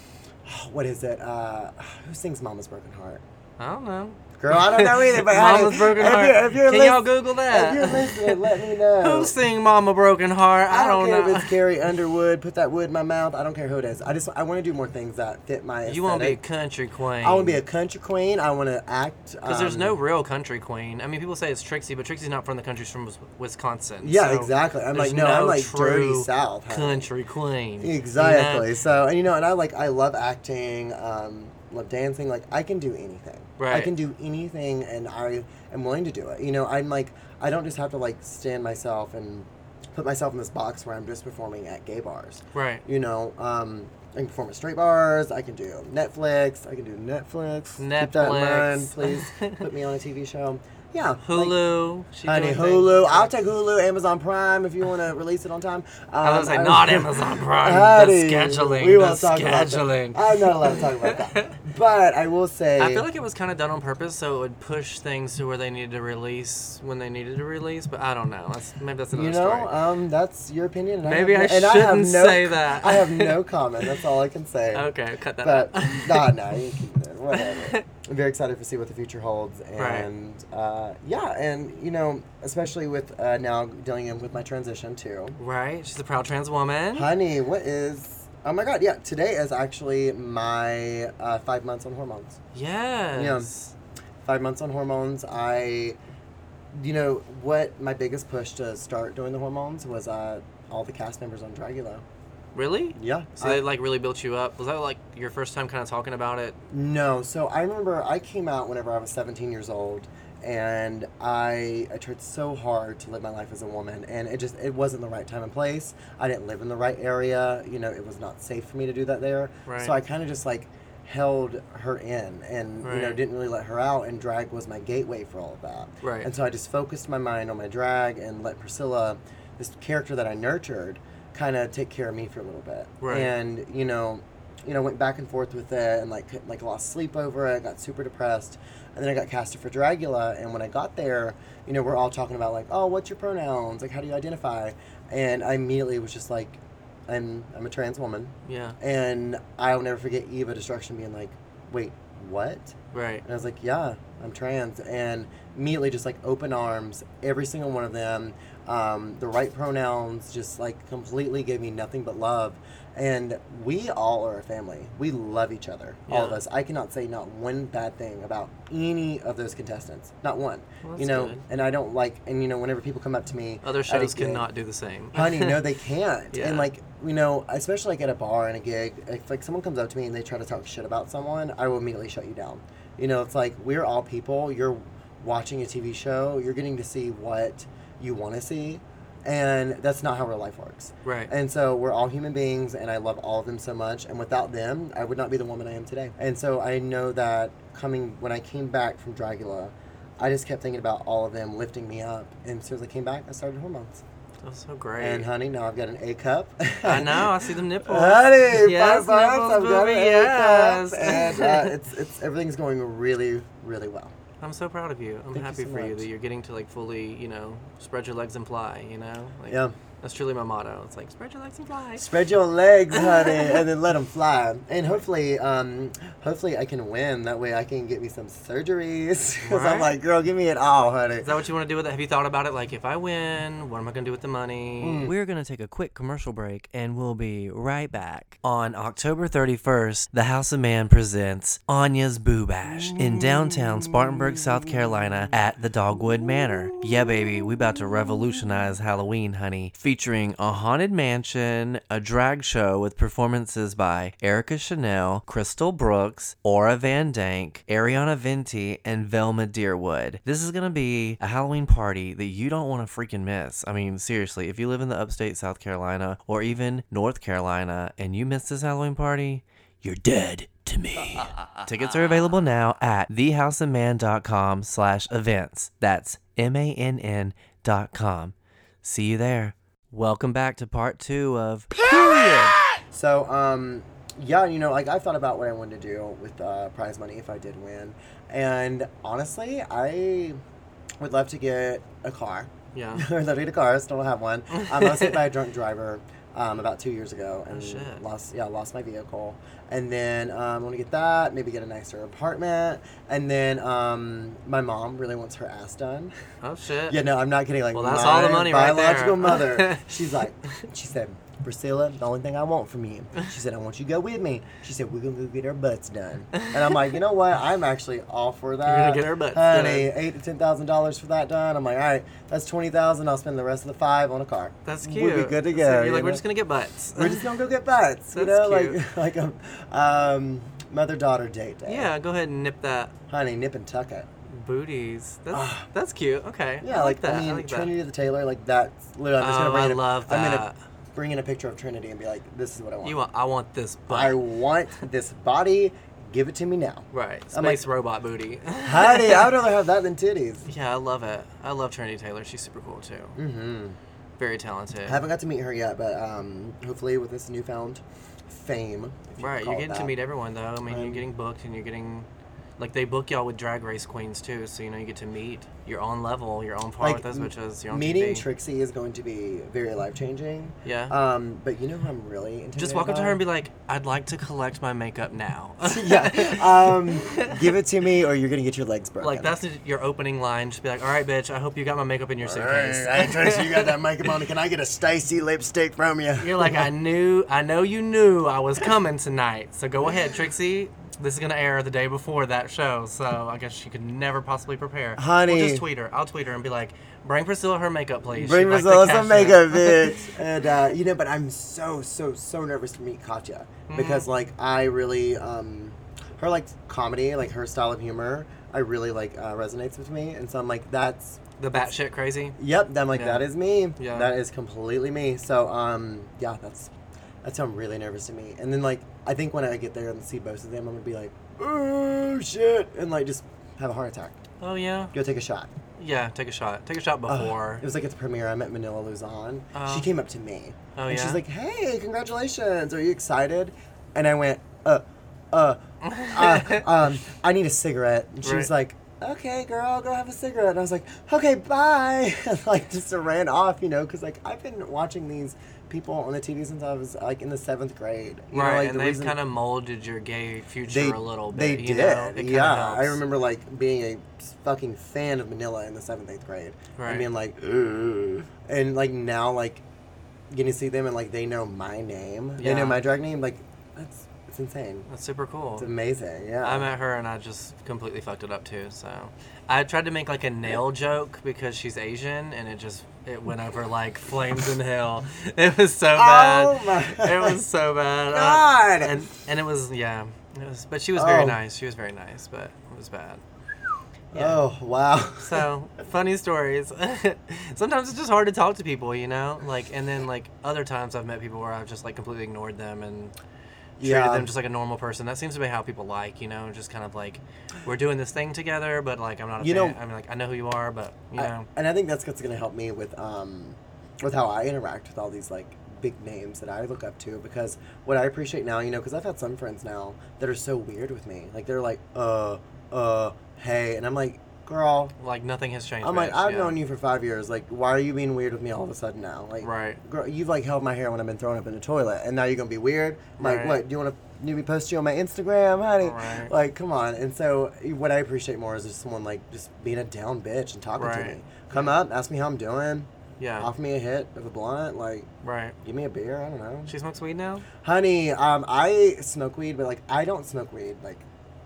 S4: what is it? Uh, (sighs) who sings Mama's Broken Heart?
S1: I don't know.
S4: Girl, I don't know either, but
S1: (laughs)
S4: honey,
S1: Mama's broken
S4: if
S1: heart.
S4: you're- if you're
S1: Can y'all
S4: lis-
S1: Google
S4: If
S1: that?
S4: you're listening,
S1: (laughs)
S4: let me know.
S1: Who sing Mama Broken Heart? I,
S4: Oh. I don't, care
S1: know.
S4: if it's Carrie Underwood. Put that wood in my mouth. I don't care who it is. I just I want to do more things that fit my.
S1: you want to be a
S4: aesthetic.
S1: country queen.
S4: I want to be a country queen. I want to act.
S1: Because there's
S4: um,
S1: no real country queen. I mean, people say it's Trixie, but Trixie's not from the country. She's from Wis- Wisconsin.
S4: Yeah,
S1: so
S4: exactly. I'm
S1: there's
S4: like, no, I'm like
S1: true
S4: dirty South. honey.
S1: country queen. You
S4: Exactly.
S1: know?
S4: So, and you know, and I like I love acting, um, love dancing. Like I can do anything. I
S1: Right.
S4: can do anything, and I am willing to do it. You know, I'm like I don't just have to like stand myself and put myself in this box where I'm just performing at gay bars.
S1: Right.
S4: You know, um, I can perform at straight bars. I can do Netflix. I can do Netflix. Keep that in mind,
S1: Netflix. (laughs)
S4: please. put me on a TV show. Yeah. like-
S1: Hulu. She
S4: Honey,
S1: doing things.
S4: Hulu. I'll take Hulu, Amazon Prime if you want to release it on time. Um,
S1: I was like,
S4: I- (laughs)
S1: not Amazon Prime.
S4: Honey,
S1: the scheduling.
S4: We
S1: the
S4: won't talk
S1: scheduling.
S4: about that. I'm not allowed to talk about
S1: (laughs)
S4: that. But I will say,
S1: I feel like it was kind of done on purpose, so it would push things to where they needed to release when they needed to release. But I don't know. That's, maybe that's another
S4: you know,
S1: story.
S4: um, that's your opinion. And
S1: Maybe
S4: I,
S1: I
S4: have no, and I have
S1: shouldn't
S4: no,
S1: say that.
S4: I
S1: (laughs)
S4: have no comment. That's all I can say.
S1: okay, cut that. (laughs)
S4: But
S1: out.
S4: no, no, you can keep it.
S1: (laughs)
S4: Whatever. I'm very excited to see what the future holds,
S1: Right.
S4: and uh, yeah, and you know, especially with
S1: Mm-hmm.
S4: uh, now dealing with my transition too.
S1: right? She's a proud trans woman.
S4: Honey, what is Oh my god, yeah. Today is actually my uh, five months on hormones.
S1: Yes.
S4: Five months on hormones. I, you know, what my biggest push to start doing the hormones was uh, all the cast members on Dragula.
S1: Really?
S4: Yeah.
S1: So
S4: I-
S1: they like really built you up. Was that like your first time kind of talking about it?
S4: No, so I remember I came out whenever I was 17 years old, and I I tried so hard to live my life as a woman, and it just it wasn't the right time and place. I didn't live in the right area. You know, it was not safe for me to do that there.
S1: Right.
S4: So I kind of just like held her in, and you know
S1: Right.
S4: didn't really let her out. And drag was my gateway for all of that.
S1: Right.
S4: And so I just focused my mind on my drag and let Priscilla, this character that I nurtured, kind of take care of me for a little bit.
S1: Right.
S4: And you know, you know, went back and forth with it, and like couldn't- like lost sleep over it. Got super depressed, and then I got casted for Dragula. And when I got there, you know, we're all talking about like, oh, what's your pronouns? Like, how do you identify? And I immediately was just like, I'm I'm a trans woman,
S1: Yeah.
S4: and I'll never forget Eva Destruction being like, wait, what?
S1: Right.
S4: And I was like, yeah, I'm trans. And immediately, just like open arms, every single one of them, um, the right pronouns, just like completely gave me nothing but love. And we all are a family. We love each other, all of
S1: Yeah.
S4: us. I cannot say not one bad thing about any of those contestants, not one.
S1: Well, that's
S4: you know,
S1: good.
S4: and I don't like, and you know, whenever people come up to me,
S1: Other
S4: at a
S1: shows
S4: gig-
S1: cannot do the same. (laughs)
S4: honey no they can't
S1: Yeah.
S4: and like you know especially like at a bar and a gig if like someone comes up to me and they try to talk shit about someone i will immediately shut you down you know it's like we're all people you're watching a tv show you're getting to see what you want to see and that's not how real life works
S1: Right.
S4: and so we're all human beings, and I love all of them so much. And without them, I would not be the woman I am today. And so I know that coming when I came back from Dragula, I just kept thinking about all of them lifting me up. And as soon as I came back, I started hormones.
S1: That's so great.
S4: And honey, now I've got an A cup.
S1: I know. I see them nipples.
S4: (laughs) Honey,
S1: Yes,
S4: five months, I've
S1: nipples,
S4: got
S1: booby,
S4: an
S1: yes.
S4: A cup,
S1: (laughs)
S4: and uh, it's it's everything's going really, really well.
S1: I'm so proud of you. I'm
S4: Thank you
S1: happy
S4: so
S1: for you
S4: much.
S1: that you're getting to like fully, you know, spread your legs and fly. You know, like,
S4: Yeah.
S1: That's truly my motto. It's like spread your legs and fly.
S4: Spread your legs, honey, and then let them fly. And hopefully, um, hopefully I can win. That way I can get me some surgeries. (laughs) 'Cause I'm
S1: Right.
S4: like, girl, give me it all, honey.
S1: Is that what you want to do with it? Have you thought about it? Like, if I win, what am I going to do with the money? We're going to take a quick commercial break and we'll be right back. On October 31st, The House of Man presents Anya's Boo Bash in downtown Spartanburg, South Carolina at the Dogwood Manor. Yeah, baby, we about to revolutionize Halloween, honey. Featuring a haunted mansion, a drag show with performances by Erica Chanel, Crystal Brooks, Aura Van Dank, Ariana Venti, and Velma Deerwood. This is going to be a Halloween party that you don't want to freaking miss. I mean, seriously, if you live in the upstate South Carolina or even North Carolina and you miss this Halloween party, you're dead to me. Tickets are available now at thehouseofman.com slash events. That's M-A-N-N dot com. See you there. Welcome back to part two
S4: (laughs)
S1: of
S4: So, um, yeah, you know, like I thought about what I wanted to do with uh, prize money if I did win, and honestly, I would love to get a car.
S1: Yeah.
S4: (laughs) I'd love to get a car. I still don't have
S1: (laughs)
S4: one. Um, I was hit by a drunk driver. Um, about two years ago, and
S1: Oh, shit.
S4: lost yeah lost my vehicle, and then um, I want to get that maybe get a nicer apartment, and then um, my mom really wants her ass done.
S1: Oh shit.
S4: Yeah, no, I'm not kidding. Like,
S1: Well, that's all the
S4: my
S1: money right there.
S4: biological mother.
S1: (laughs)
S4: She's like, she said, Priscilla, the only thing I want from you. She said, I want you to go with me. She said, we're gonna go get our butts done. And I'm like, you know what? I'm actually all for that.
S1: gonna get our butts
S4: honey,
S1: done.
S4: Eight to ten thousand dollars for that done. I'm like, all right, that's twenty thousand. I'll spend the rest of the five on a car.
S1: That's cute.
S4: We'll be good to
S1: So
S4: go.
S1: you're
S4: you
S1: like, we're
S4: know?
S1: just gonna get butts.
S4: we're just gonna go get butts. you
S1: That's
S4: know,
S1: cute.
S4: like (laughs) like a um, mother daughter date
S1: (laughs)
S4: day.
S1: yeah, go ahead and nip that
S4: honey, nip and tuck it.
S1: booties. That's that's cute. Okay.
S4: Ah. Yeah,
S1: I
S4: like,
S1: like, that.
S4: I mean,
S1: like that.
S4: Trinity the Taylor, like that's literally. I'm just
S1: Oh,
S4: gonna bring
S1: I
S4: in a-
S1: love
S4: I'm
S1: that.
S4: gonna bring in a picture of Trinity and be like, "This is what I want.
S1: You want? I want this butt.
S4: I want this body. Give it to me now,
S1: right.
S4: I'm like-
S1: Space robot booty. (laughs)
S4: (laughs) honey. I would rather have that than titties.
S1: yeah, I love it. I love Trinity Taylor. She's super cool too. Mm-hmm. Very talented.
S4: I Mm. haven't got to meet her yet, but um, hopefully with this newfound fame, if you could
S1: right. You're
S4: call it
S1: getting to
S4: that.
S1: meet everyone though. I mean, you're
S4: Um,
S1: getting booked and you're getting Like they book y'all with drag race queens too, so you know you get to meet your own level, your own par
S4: Like,
S1: with those bitches. Your own
S4: Meeting
S1: TV.
S4: Trixie is going to be very life changing.
S1: Yeah.
S4: Um, but you know who I'm really intimidated
S1: Just walk up to her and
S4: by?
S1: be like, "I'd like to collect my makeup now."
S4: (laughs)
S1: (laughs)
S4: yeah. Um, give it to me, or you're gonna get your legs broken.
S1: like that's your opening line. Just be like, "All right, bitch. I hope you got my makeup in your suitcase."
S4: Hey, Tracy, you got that makeup on. Can I get a Stacy lipstick from you?
S1: (laughs) You're like, I knew, I know you knew I was coming tonight. So go ahead, Trixie. This is gonna air the day before that show, so I guess she could never possibly prepare.
S4: Honey.
S1: we'll just tweet her. I'll tweet her and be like, "Bring Priscilla her makeup, please."
S4: Bring
S1: She'd like to
S4: Priscilla some
S1: cash in." (laughs)
S4: makeup, bitch. and uh, you know, but I'm so so so nervous to meet Katya
S1: Mm-hmm.
S4: because like I really um, her like comedy, like her style of humor, I really like uh, resonates with me, and so I'm like that's
S1: the batshit crazy.
S4: Yep, then I'm like
S1: Yeah.
S4: that is me.
S1: Yeah.
S4: That is completely me. So um yeah, that's that's how I'm really nervous to meet. And then like I think when I get there and see both of them, I'm gonna be like, oh shit, and like just have a heart attack.
S1: Oh yeah,
S4: Go take a shot.
S1: yeah. Take a shot. Take a shot
S4: Ugh.
S1: before.
S4: It was like at the premiere. I met Manila Luzon.
S1: Oh.
S4: She came up to me.
S1: Oh,
S4: and
S1: yeah?
S4: She's like, "Hey, congratulations! Are you excited?" And I went, "Uh, uh,
S1: (laughs)
S4: uh um, I need a cigarette." And she was
S1: Right.
S4: like, "Okay, girl, go have a cigarette." And I was like, "Okay, bye." (laughs) And like just ran off, you know, because like I've been watching these people on the TV since I was like in the seventh grade. You
S1: right,
S4: know, like,
S1: and
S4: the
S1: they've
S4: reason-
S1: kind of molded your gay future
S4: they,
S1: a little
S4: They
S1: bit.
S4: did.
S1: you Know? It kinda
S4: yeah, I
S1: helps.
S4: remember like being a fucking fan of Manila in the seventh, eighth grade,
S1: Right.
S4: and being like, Ugh. and like now like getting to see them and like they know my name, they
S1: Yeah.
S4: know my drag name, like that's it's insane.
S1: That's super cool.
S4: It's amazing. Yeah. Oh
S1: I met her and I just completely fucked it up too. So I tried to make like a nail joke because she's Asian and it just it went over like flames in hell. (laughs) It was so bad.
S4: Oh my-
S1: It
S4: (laughs)
S1: was so bad. Uh,
S4: God.
S1: and and it was yeah. It was, but she was very
S4: Oh.
S1: nice. She was very nice, but it was bad.
S4: Oh wow.
S1: So funny stories. (laughs) Sometimes it's just hard to talk to people, you know. Like, and then like other times I've met people where I've just like completely ignored them and treated
S4: Yeah.
S1: them just like a normal person. That seems to be how people like, you know, just kind of like we're doing this thing together, but like I'm not. A
S4: You
S1: you
S4: know-
S1: know, I mean, like I know who you are, but you
S4: I-
S1: know,
S4: and I think that's what's going to help me with um, with how I interact with all these like big names that I look up to because what I appreciate now, you know, because I've had some friends now that are so weird with me. Like they're like, uh, uh, hey, and I'm like, girl,
S1: like nothing has changed.
S4: I'm like,
S1: bitch,
S4: I've
S1: yeah.
S4: known you for five years. Like, why are you being weird with me all of a sudden now? Like,
S1: Right.
S4: girl, you've like held my hair when I've been thrown up in the toilet, and now you're gonna be weird. I'm Like,
S1: Right.
S4: what? Do you want to me post you on my Instagram, honey?
S1: Right.
S4: Like, come on. And so, what I appreciate more is just someone like just being a down bitch and talking to
S1: Right.
S4: me. Come up, ask me how I'm doing.
S1: Yeah.
S4: Offer me a hit of a blunt. Like,
S1: Right.
S4: give me a beer. I don't know.
S1: She smokes weed now.
S4: honey, um, I smoke weed, but like, I don't smoke weed. Like,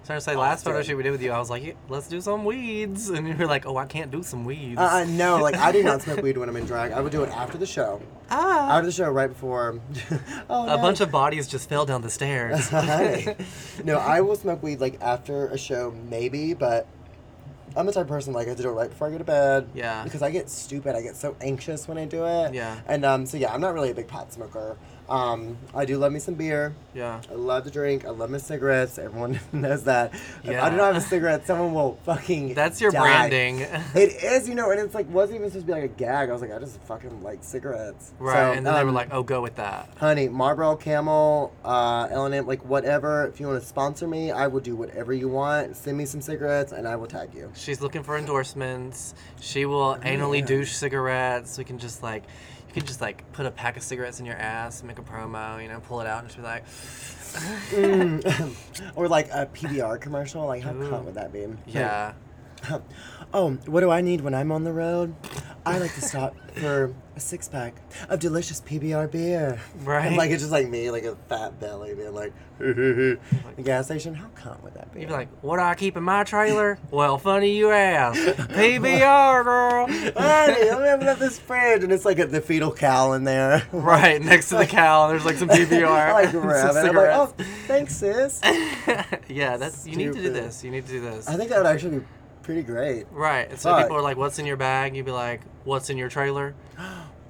S1: So I was gonna say last photo
S4: Often.
S1: shoot we did with you, I was like, "Yeah, let's do some weeds, and you were like, oh, I can't do some weeds.
S4: uh,
S1: (laughs)
S4: uh, no, like I do not smoke weed when I'm in drag. I would do it after the show.
S1: ah.
S4: Out of the show right before. (laughs) oh,
S1: A
S4: no.
S1: bunch of bodies just fell down the
S4: (laughs)
S1: stairs.
S4: Hi. no, I will smoke weed like after a show, maybe, but I'm the type of person like I have to do it right before I go to bed.
S1: Yeah.
S4: Because I get stupid. I get so anxious when I do it.
S1: Yeah.
S4: And um, so yeah, I'm not really a big pot smoker. Um, I do love me some beer.
S1: yeah.
S4: I love to drink. I love my cigarettes. Everyone (laughs) knows that. If I
S1: Yeah.
S4: do not have a cigarette, someone will fucking.
S1: That's your
S4: die.
S1: branding. (laughs)
S4: It is, you know, and it's like wasn't even supposed to be like a gag. I was like, I just fucking like cigarettes.
S1: Right.
S4: So,
S1: and then they were
S4: um,
S1: like, oh, go with that.
S4: honey, Marlboro Camel, uh, L&M, like whatever. If you want to sponsor me, I will do whatever you want. Send me some cigarettes, and I will tag you.
S1: She's looking for endorsements. She will anally
S4: Oh, yeah.
S1: douche cigarettes. We can just like, you can just like put a pack of cigarettes in your ass, make a promo, you know, pull it out and just be
S4: (laughs)
S1: like, Mm.
S4: or like a PBR commercial. Like, how cunt would that be?
S1: yeah.
S4: Like, oh, what do I need when I'm on the road? I like to stop for a six pack of delicious PBR beer.
S1: Right.
S4: And like it's just like me, like a fat belly, being like, (laughs) the gas station. How cunt would that be?
S1: You'd be
S4: (laughs)
S1: like, what do I keep in my trailer? well, funny you ask. PBR,
S4: (laughs)
S1: girl.
S4: Honey, let me open up this fridge, and it's like a, the fetal cow in there.
S1: (laughs) right next to the cow, there's like some PBR.
S4: (laughs)
S1: (laughs)
S4: I like
S1: some
S4: grab it. I'm like,
S1: cigarettes.
S4: oh, thanks, sis. I
S1: (laughs) yeah, that's you need to do
S4: Stupid.
S1: this. You need to do this.
S4: think that would actually be pretty great.
S1: Right. And so
S4: Fuck.
S1: people are like, "What's in your bag?" You'd be like, "What's in your trailer?"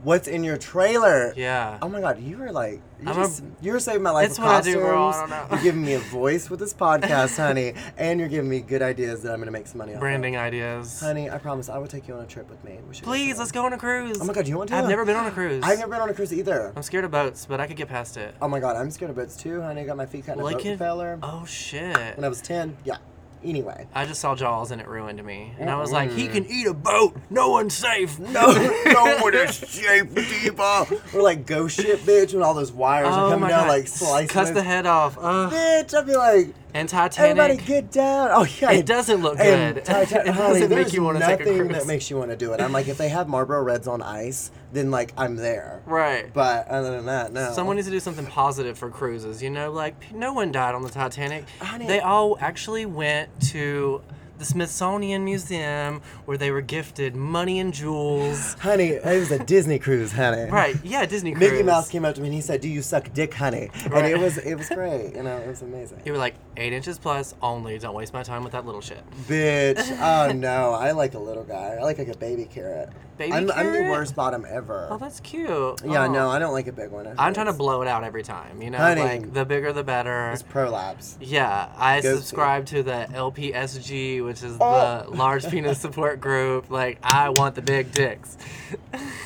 S4: What's in your trailer?
S1: Yeah.
S4: Oh my god, you were like, you,
S1: I'm a-
S4: just, you were saving my life.
S1: It's
S4: with
S1: what I
S4: costumes.
S1: do, bro. I don't know.
S4: You're giving me a voice with this podcast, honey, and you're giving me good ideas that I'm gonna make some money off. of.
S1: Branding ideas.
S4: honey. I promise, I will take you on a trip with me. We should
S1: Please, let's go on a cruise.
S4: Oh my god, you want to?
S1: I've never been on a cruise.
S4: I've never been on a cruise either.
S1: I'm scared of boats, but I could get past it.
S4: Oh my god, I'm scared of boats too, honey. I got my feet cut in a
S1: Like
S4: boat
S1: it-
S4: feller
S1: Oh shit.
S4: when I was ten. Yeah, Anyway.
S1: I just saw Jaws and it ruined me. And I was like, he can eat a boat. No one's safe. (laughs) No.
S4: Mm. (laughs) no one is safe, Diva. We're like, go shit, bitch, when all those wires are
S1: oh
S4: coming
S1: my
S4: down,
S1: god.
S4: like, slicing.
S1: Cuts the
S4: those-
S1: head off. Ugh.
S4: Bitch, I'd be like,
S1: And
S4: everybody
S1: Titanic.
S4: get down. Oh, yeah.
S1: It doesn't look
S4: and
S1: good.
S4: Titan-
S1: (laughs) It doesn't
S4: honey,
S1: make
S4: there's
S1: you wanna take a
S4: nothing
S1: cruise.
S4: that makes you want to do it. I'm like, if they have Marlboro Reds on ice, then, like, I'm there.
S1: Right.
S4: But uh, other than that, no.
S1: Someone needs to do something positive for cruises, you know? Like, p- no one died on the Titanic.
S4: Honey.
S1: They all actually went to the Smithsonian Museum where they were gifted money and jewels.
S4: Honey, it was a Disney cruise, honey.
S1: (laughs) right, yeah, Disney cruise.
S4: Mickey Mouse came up to me and he said, "Do you suck dick, honey?" And
S1: Right.
S4: it
S1: (laughs)
S4: was it was great. You know, it was amazing.
S1: You were like, eight inches plus only. Don't waste my time with that little shit. (laughs)
S4: Bitch. Oh no, I like a little guy. I like like a baby carrot.
S1: Baby
S4: I'm, I'm
S1: carrot?
S4: the worst bottom ever.
S1: Oh, that's cute.
S4: yeah,
S1: Oh.
S4: no, I don't like a big one.
S1: I'm trying to blow it out every time, you know?
S4: Honey.
S1: Like, the bigger the better.
S4: It's prolapse.
S1: Yeah, I
S4: Go to.
S1: subscribe to the LPSG, which is
S4: Oh. (laughs)
S1: the large penis support group. Like, I want the big dicks.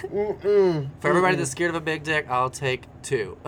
S4: Mm-mm.
S1: For everybody that's scared of a big dick, I'll take
S4: (laughs)
S1: two. (laughs)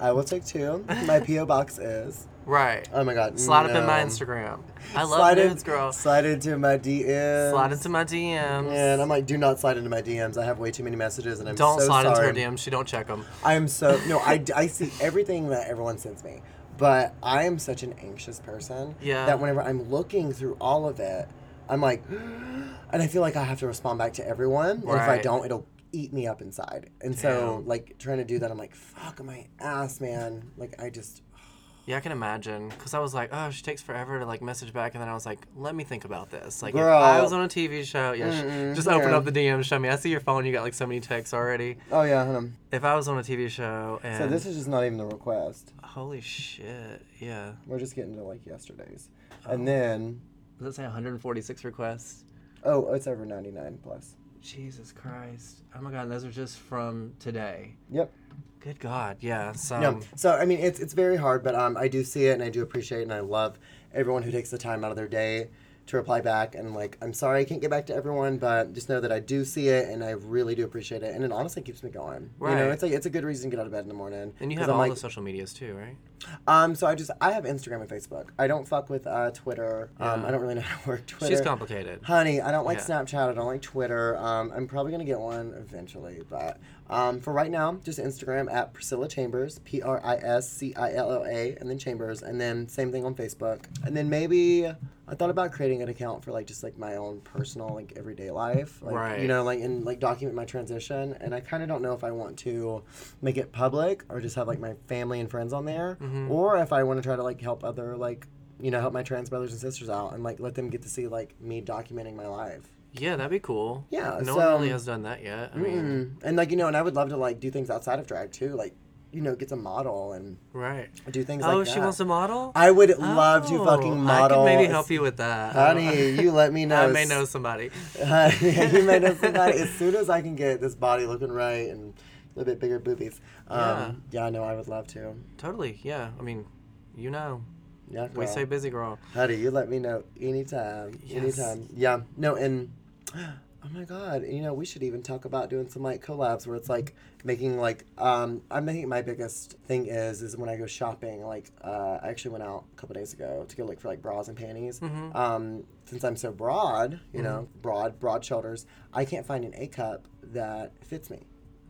S4: I will take two. My PO box is.
S1: right.
S4: Oh my god.
S1: Slide up in my
S4: no.
S1: Instagram. I love
S4: Slide in-
S1: nudes, girl.
S4: Slide into my DMs.
S1: Slide into my DMs.
S4: And I'm like, do not slide into my DMs. I have way too many messages, and I'm
S1: Don't
S4: so
S1: slide
S4: sorry.
S1: into her DMs. She don't check them.
S4: I am so no. I, I see everything that everyone sends me, but I am such an anxious person.
S1: Yeah.
S4: That whenever I'm looking through all of it, I'm like, (gasps) and I feel like I have to respond back to everyone. And if I
S1: Right.
S4: don't, it'll eat me up inside. And so
S1: Damn.
S4: like trying to do that, I'm like, fuck my ass, man. Like I just.
S1: Yeah, I can imagine. Cause I was like, oh, she takes forever to like message back, and then I was like, let me think about this. Like, if
S4: Girl.
S1: I was on a TV show, yeah, sh-
S4: Mm-mm,
S1: just open
S4: yeah.
S1: up the DMs, show me. I see your phone. You got like so many texts already.
S4: Oh yeah, hold on.
S1: If I was on a TV show, and
S4: So this is just not even the request.
S1: holy shit, yeah.
S4: We're just getting to like yesterday's, and
S1: Oh.
S4: then
S1: Does it say 146 requests?
S4: oh, it's over 99 plus.
S1: Jesus Christ. Oh my God, those are just from today.
S4: Yep.
S1: Good God, yeah. So
S4: No, so I mean it's it's very hard, but um, I do see it and I do appreciate it, and I love everyone who takes the time out of their day to reply back. And like, I'm sorry I can't get back to everyone, but just know that I do see it and I really do appreciate it, and it honestly keeps me going. You know,
S1: Right.
S4: it's like it's a good reason to get out of bed in the morning.
S1: and you
S4: 'Cause
S1: have
S4: I'm
S1: all
S4: like,
S1: the social medias too, right?
S4: um, so I just I have Instagram and Facebook. I don't fuck with uh, Twitter. Um, I don't really know how to work Twitter.
S1: She's complicated.
S4: Honey, I don't like
S1: Yeah.
S4: Snapchat. I don't like Twitter. Um, I'm probably gonna get one eventually, but um, for right now, just Instagram at Priscilla Chambers, P R I S C I L L A, and then Chambers, and then same thing on Facebook, and then maybe I thought about creating an account for like just like my own personal like everyday life, like,
S1: Right.
S4: You know, like and like document my transition, and I kind of don't know if I want to make it public or just have like my family and friends on there,
S1: Mm-hmm.
S4: or if I want to try to like help other like you know, help my trans brothers and sisters out and like let them get to see like me documenting my life.
S1: Yeah, that'd be cool.
S4: Yeah,
S1: No
S4: so-
S1: one really has done that yet. I mean,
S4: Mm. And like, you know, and I would love to like do things outside of drag too, like, you know, get to model and
S1: right.
S4: do things
S1: Oh,
S4: like that.
S1: she wants to model?
S4: I would love to
S1: Oh,
S4: fucking model.
S1: I can maybe help you with that.
S4: Honey,
S1: (laughs)
S4: you let me know.
S1: I may know somebody.
S4: Honey, Uh, (laughs) you may know
S1: (laughs)
S4: somebody. As soon as I can get this body looking right and a little bit bigger boobies. Um, yeah, I know I would love to.
S1: Totally, yeah. I mean, you know.
S4: Yeah,
S1: We
S4: girl.
S1: say busy girl.
S4: Honey, you let me know anytime.
S1: Yes.
S4: Anytime. Yeah. No, and (gasps) oh my god, you know, we should even talk about doing some like collabs where it's like making like um I'm thinking my biggest thing is is when I go shopping, like uh I actually went out a couple days ago to go look for like bras and panties. Um since I'm so broad, you know, broad, broad shoulders, I can't find an A cup that fits me.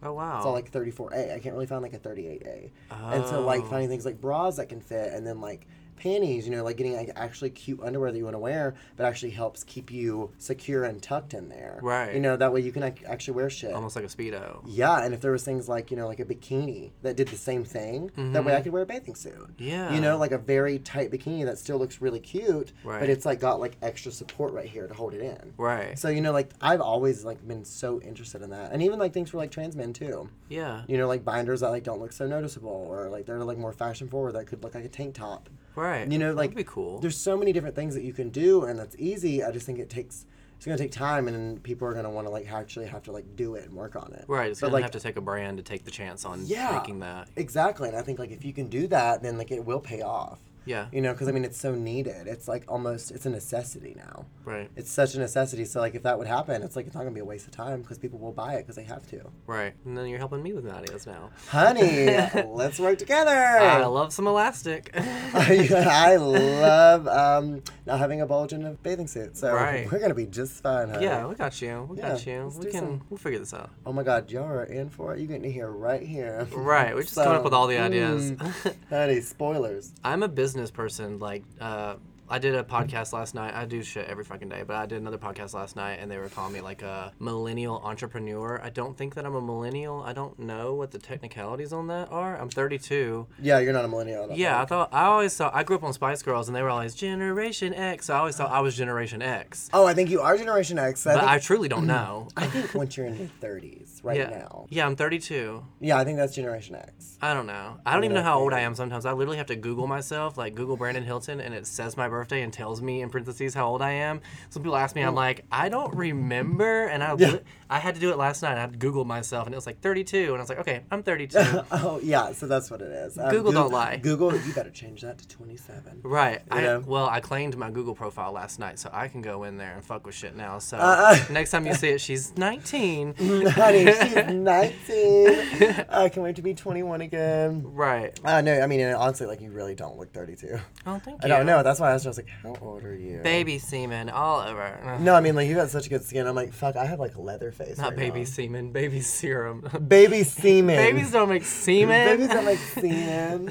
S1: Oh, wow.
S4: It's all like 34A. I can't really find like a 38A. And so like
S1: Oh.
S4: finding things like bras that can fit and then like panties, you know, like getting like actually cute underwear that you want to wear but actually helps keep you secure and tucked in there.
S1: Right.
S4: You know, that way you can ac- actually wear shit.
S1: Almost like a Speedo.
S4: Yeah, and if there was things like, you know, like a bikini that did the same thing, that way I could wear a bathing suit.
S1: Mm-hmm. Yeah.
S4: You know, like a very tight bikini that still looks really cute,
S1: Right.
S4: but it's like got like extra support right here to hold it in.
S1: Right.
S4: So, you know, like I've always like been so interested in that. And even like things for like trans men too
S1: yeah.
S4: you know, like binders that like don't look so noticeable, or like they're like more fashion forward that could look like a tank top.
S1: Right.
S4: You know, like
S1: That'd be cool.
S4: There's so many different things that you can do, and that's easy. I just think it takes it's gonna take time, and then people are gonna want to like actually have to like do it and work on it.
S1: Right, it's
S4: But,
S1: gonna
S4: like,
S1: have to take a brand to take the chance on
S4: Yeah.
S1: making that.
S4: Exactly, and I think like if you can do that, then like it will pay off.
S1: Yeah.
S4: You know, because I mean, it's so needed. It's like almost it's a necessity now.
S1: Right.
S4: It's such a necessity. So like, if that would happen, it's like it's not gonna be a waste of time because people will buy it because they have to.
S1: Right. And then you're helping me with my ideas now. (laughs)
S4: Honey, let's work together.
S1: I love some elastic. (laughs)
S4: I love um, not having a bulge in a bathing suit. So
S1: Right.
S4: we're gonna be just fine, honey.
S1: yeah, we got you. We got
S4: Yeah,
S1: you.
S4: let's
S1: We
S4: do
S1: can.
S4: some.
S1: We'll figure this out.
S4: Oh my God, y'all are in for it. You getting to hear right here.
S1: Right. We're just coming up with all the
S4: So,
S1: ideas. (laughs)
S4: mm, honey, spoilers.
S1: I'm a business person. Like, uh, I did a podcast last night. I do shit every fucking day, but I did another podcast last night, and they were calling me like a millennial entrepreneur. I don't think that I'm a millennial. I don't know what the technicalities on that are. I'm 32.
S4: Yeah, you're not a millennial. I don't
S1: Yeah, I
S4: think.
S1: thought I always thought I grew up on Spice Girls, and they were always Generation X. So I always thought I was Generation X,
S4: Oh, I think you are Generation X. I
S1: but
S4: think,
S1: I truly don't know.
S4: I think once you're in your
S1: (laughs)
S4: 30s, right
S1: yeah,
S4: now.
S1: yeah, I'm 32.
S4: Yeah, I think that's Generation X. (laughs)
S1: I don't know. I don't even know
S4: mean, I
S1: how old I
S4: think-
S1: am sometimes. I literally have to Google myself, like Google Brandon Hilton, and it says my birthday and tells me in parentheses how old I am. Some people ask me, I'm like, I don't remember. And I,
S4: Yeah.
S1: I had to do it last night. I Googled myself, and it was like 32. And I was like, okay, I'm
S4: (laughs)
S1: 32.
S4: Oh, yeah, so that's what it is. Um,
S1: Google don't lie.
S4: Google, you better change that
S1: (laughs)
S4: to 27.
S1: right.
S4: Yeah.
S1: I, well, I claimed my Google profile last night, so I can go in there and fuck with shit now. So
S4: Uh,
S1: (laughs) next time you see it, she's
S4: (laughs)
S1: 19.
S4: Honey,
S1: (laughs)
S4: she's 19. I can't wait to be 21 again.
S1: right.
S4: Uh, no, I mean, and honestly, like, you really don't look 32.
S1: Oh, thank
S4: (laughs) I
S1: you.
S4: don't know. That's why I was just like, how old are you?
S1: Baby semen all over.
S4: (laughs) No, I mean, like, you got such good skin. I'm like, fuck, I have, like, leather face.
S1: Not
S4: right
S1: baby
S4: now.
S1: semen, baby
S4: (laughs)
S1: serum.
S4: Baby semen.
S1: Babies don't make semen.
S4: Babies don't
S1: (laughs)
S4: like semen.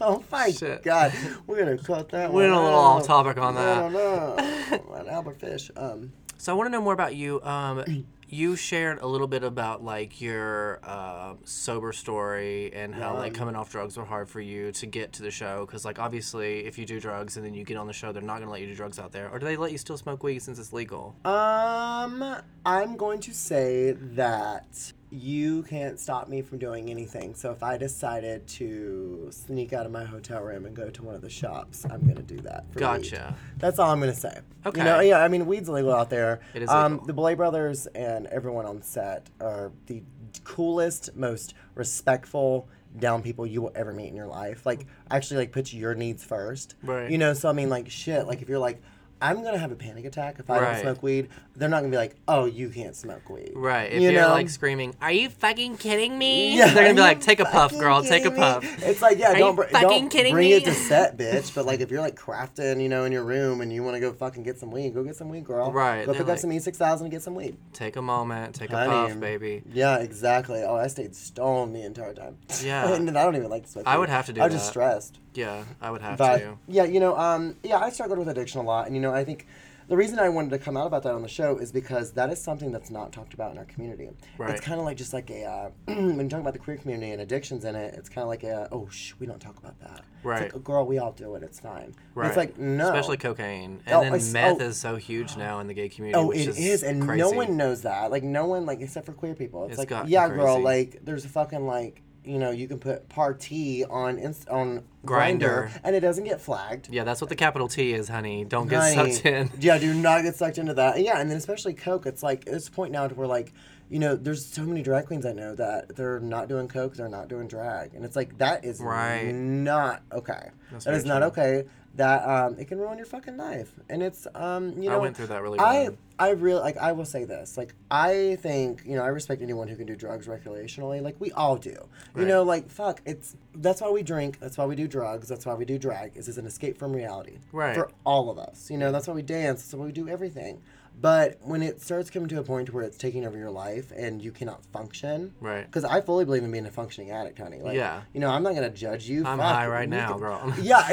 S4: oh my
S1: Shit.
S4: god, we're gonna cut that.
S1: Went
S4: one
S1: a little
S4: out.
S1: off topic on
S4: I don't
S1: that. (laughs)
S4: know. An Albert Fish. Um,
S1: So I want to know more about you.
S4: (clears throat)
S1: Um, you shared a little bit about like your uh, sober story and how like coming off drugs were hard for you to get to the show because like obviously if you do drugs and then you get on the show they're not gonna let you do drugs out there or do they let you still smoke weed since it's legal?
S4: um, I'm going to say that you can't stop me from doing anything. So if I decided to sneak out of my hotel room and go to one of the shops, I'm gonna do that. For weed.
S1: Gotcha.
S4: That's all I'm gonna say.
S1: Okay.
S4: You know, yeah, I mean, weed's legal out there.
S1: It is
S4: Um,
S1: legal.
S4: the Blay Brothers and everyone on set are the coolest, most respectful down people you will ever meet in your life. Like, actually, like, puts your needs first.
S1: Right.
S4: You know, so I mean, like, shit. Like, if you're like, I'm gonna have a panic attack if I
S1: Right.
S4: don't smoke weed, they're not gonna be like, oh, you can't smoke weed.
S1: Right. If
S4: you
S1: you are
S4: know?
S1: like screaming, "Are you fucking kidding me?"
S4: (laughs) Yeah,
S1: they're gonna be
S4: are
S1: like,
S4: you
S1: "Take a puff,
S4: fucking
S1: girl. Take a
S4: kidding me?
S1: puff."
S4: It's like, yeah,
S1: Are
S4: don't,
S1: you
S4: br-
S1: fucking
S4: don't
S1: kidding
S4: bring
S1: me?
S4: it to set, bitch. But like, if you're like crafting, you know, in your room and you want to go fucking get some weed, go get some weed, girl.
S1: Right,
S4: Go
S1: they're
S4: pick
S1: like-
S4: up some E6000 and get some weed.
S1: Take a moment. Take a
S4: Honey.
S1: puff, baby.
S4: Yeah, exactly. Oh, I stayed stoned the entire time.
S1: Yeah.
S4: (laughs) and I don't even like to smoke.
S1: I
S4: weed.
S1: would have to do
S4: I was just
S1: that.
S4: stressed.
S1: Yeah, I would have
S4: But
S1: to.
S4: yeah, you know, um, yeah, I struggled with addiction a lot, and you know, I think the reason I wanted to come out about that on the show is because that is something that's not talked about in our community.
S1: Right.
S4: It's kind of like just like a uh, (clears throat) when you talk about the queer community and addictions in it, it's kind of like a oh shh, we don't talk about that.
S1: Right.
S4: It's like, girl, we all do it. It's fine. And
S1: Right.
S4: It's like no,
S1: Especially cocaine. And
S4: Oh,
S1: then
S4: it's-
S1: meth
S4: oh.
S1: is so huge now in the gay community.
S4: Oh,
S1: which
S4: it
S1: is,
S4: is, and
S1: crazy.
S4: no one knows that. Like no one, like except for queer people. It's,
S1: It's
S4: like,
S1: gotten
S4: yeah, girl,
S1: crazy.
S4: like there's a fucking like you know you can put party on inst- on
S1: Grindr.
S4: grinder and it doesn't get flagged.
S1: Yeah, that's what the capital T is, honey. Don't get
S4: Honey,
S1: sucked in.
S4: (laughs) Yeah, do not get sucked into that. And yeah, and then especially coke. It's like it's a point now to where like you know there's so many drag queens I know that they're not doing coke, they're not doing drag, and it's like that is
S1: Right.
S4: not okay.
S1: That's
S4: that
S1: very
S4: is not
S1: true.
S4: okay. That um, it can ruin your fucking life, and it's um, you
S1: I
S4: know,
S1: went through that really
S4: I
S1: bad.
S4: I really like. I will say this. Like, I think you know. I respect anyone who can do drugs recreationally. Like, we all do. You
S1: Right.
S4: know, like fuck. It's that's why we drink. That's why we do drugs. That's why we do drag. Is it's an escape from reality.
S1: Right.
S4: For all of us. You know, that's why we dance. That's why we do everything. But when it starts coming to a point to where it's taking over your life and you cannot function.
S1: Right.
S4: Because I fully believe in being a functioning addict, honey. Like,
S1: Yeah.
S4: You know, I'm not gonna judge you.
S1: I'm
S4: Fuck,
S1: high right
S4: you
S1: now,
S4: can-
S1: girl.
S4: (laughs) yeah,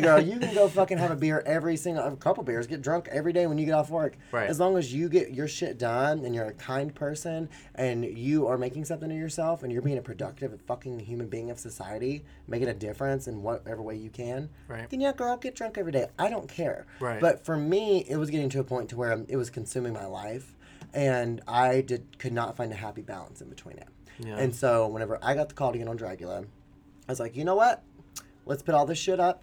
S1: (laughs)
S4: girl. You can go fucking have a beer every single, a couple beers, get drunk every day when you get off work.
S1: Right.
S4: As long as you get your shit done and you're a kind person and you are making something of yourself and you're being a productive fucking human being of society, making a difference in whatever way you can.
S1: Right.
S4: Then yeah, girl, get drunk every day. I don't care.
S1: Right.
S4: But for me, it was getting to a point to where um, it was consuming my life, and I did could not find a happy balance in between it.
S1: Yeah.
S4: And so whenever I got the call to get on Dragula, I was like, you know what? Let's put all this shit up.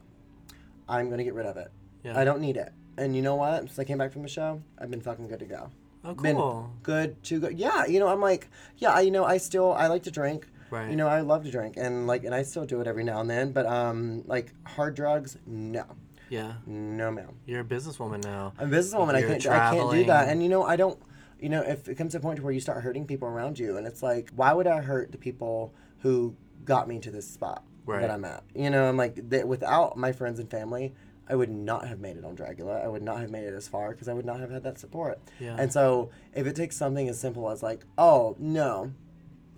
S4: I'm gonna get rid of it.
S1: Yeah.
S4: I don't need it. And you know what? Since I came back from the show, I've been fucking good to go.
S1: Oh,
S4: Been
S1: cool.
S4: good to go. Yeah, you know, I'm like, yeah, I, you know, I still I like to drink.
S1: Right.
S4: You know, I love to drink and like and I still do it every now and then, but um like hard drugs, no.
S1: Yeah.
S4: No ma'am.
S1: You're a businesswoman now.
S4: I'm a businesswoman. I
S1: You're
S4: can't. I can't do that.
S1: traveling.
S4: And you know, I don't. You know, if it comes to a point to where you start hurting people around you, and it's like, why would I hurt the people who got me to this spot
S1: Right.
S4: that I'm at? You know, I'm like, that without my friends and family, I would not have made it on Dragula. I would not have made it as far because I would not have had that support.
S1: Yeah.
S4: And so, if it takes something as simple as like, oh no,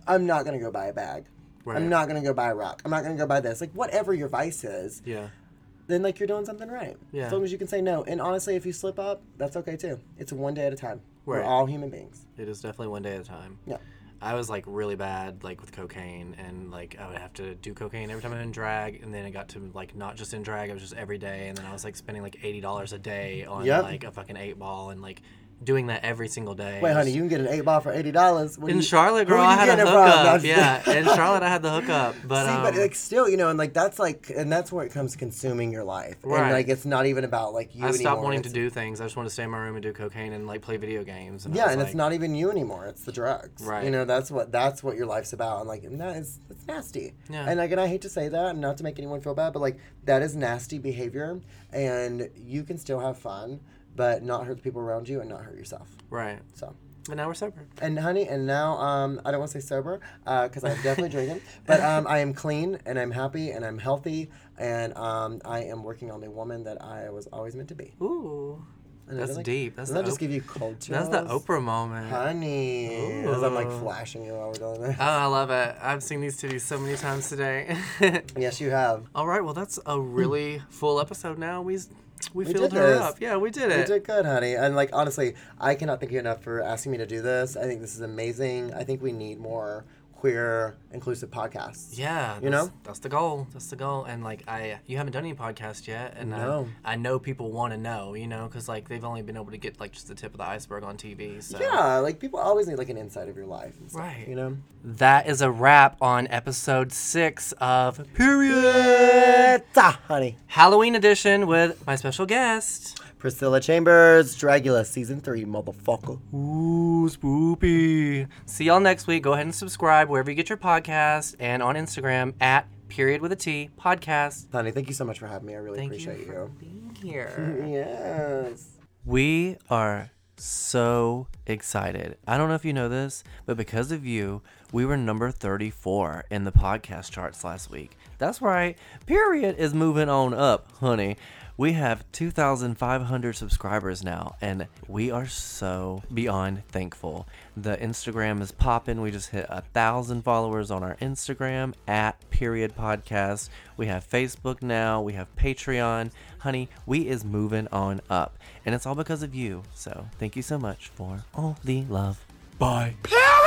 S4: I'm not gonna go buy a bag.
S1: Right.
S4: I'm not gonna go buy a rock. I'm not gonna go buy this. Like whatever your vice is,
S1: yeah.
S4: then like you're doing something right.
S1: Yeah.
S4: As long as you can say no. And honestly, if you slip up, that's okay too. It's one day at a time. We're
S1: Right.
S4: all human beings.
S1: It is definitely one day at a time.
S4: Yeah.
S1: I was like really bad, like with cocaine, and like I would have to do cocaine every time I'm in drag, and then it got to like not just in drag, it was just every day, and then I was like spending like eighty dollars a day on
S4: Yep.
S1: like a fucking eight ball, and like doing that every single day.
S4: Wait,
S1: It was-
S4: honey, you can get an eight ball for eighty dollars.
S1: in Charlotte, girl, I had a hookup.
S4: (laughs)
S1: Yeah, in Charlotte, I had the hookup, but
S4: See,
S1: um,
S4: but like still, you know, and like that's like, and that's where it comes to consuming your life, and
S1: Right.
S4: like it's not even about like you.
S1: I stopped
S4: anymore.
S1: wanting to
S4: It's-
S1: do things. I just wanted to stay in my room and do cocaine and like play video games. I
S4: Yeah,
S1: was
S4: and
S1: like-
S4: it's not even you anymore. It's the drugs.
S1: Right.
S4: You know, that's what that's what your life's about, and like, and that is that's nasty.
S1: Yeah.
S4: And like, and I hate to say that, and not to make anyone feel bad, but like that is nasty behavior, and you can still have fun, but not hurt the people around you and not hurt yourself.
S1: right.
S4: So.
S1: But now we're separate.
S4: And honey, and now um, I don't want to say sober because I'm
S1: (laughs)
S4: definitely drinking, but um, I am clean and I'm happy and I'm healthy and um, I am working on the woman that I was always meant to be.
S1: Ooh,
S4: And I
S1: that's
S4: really-
S1: deep. That's
S4: Doesn't
S1: the
S4: that just
S1: Oprah-
S4: give you cold
S1: That's
S4: chills?
S1: the Oprah moment.
S4: Honey, as I'm like
S1: Ooh.
S4: flashing you while we're doing this.
S1: Oh, I love it. I've seen these titties so many times today.
S4: (laughs)
S1: (laughs)
S4: yes, you have.
S1: All right, well, that's a really full episode now. We we,
S4: We
S1: filled
S4: did
S1: her
S4: this.
S1: up. Yeah, we did
S4: You
S1: it.
S4: did good, honey. And like honestly, I cannot thank you enough for asking me to do this. I think this is amazing. I think we need more queer inclusive podcasts.
S1: Yeah,
S4: You
S1: that's-
S4: know?
S1: that's the goal. That's the goal. And like I, you haven't done any podcast yet, and
S4: No.
S1: I, I know people want to know, you know, because like they've only been able to get like just the tip of the iceberg on TV. So.
S4: Yeah, like people always need like an insight of your life. And stuff,
S1: Right.
S4: You know.
S1: That is a wrap on episode six of
S4: Period. Ah, honey.
S1: Halloween edition with my special guest.
S4: Priscilla Chambers, Dragula, season three, motherfucker.
S1: Ooh, spoopy. See y'all next week. Go ahead and subscribe wherever you get your podcast and on Instagram at period with a T podcast.
S4: Honey, thank you so much for having me. I really
S1: Thank
S4: appreciate
S1: you for
S4: you.
S1: being here.
S4: (laughs) Yes.
S1: We are so excited. I don't know if you know this, but because of you, we were number 34 in the podcast charts last week. That's right. Period is moving on up, honey. We have 2,500 subscribers now, and we are so beyond thankful. The Instagram is popping. We just hit a thousand followers on our Instagram at Period Podcast. We have Facebook now. We have Patreon. Honey, we is moving on up. And it's all because of you. So thank you so much for all the love. Bye.
S2: Period.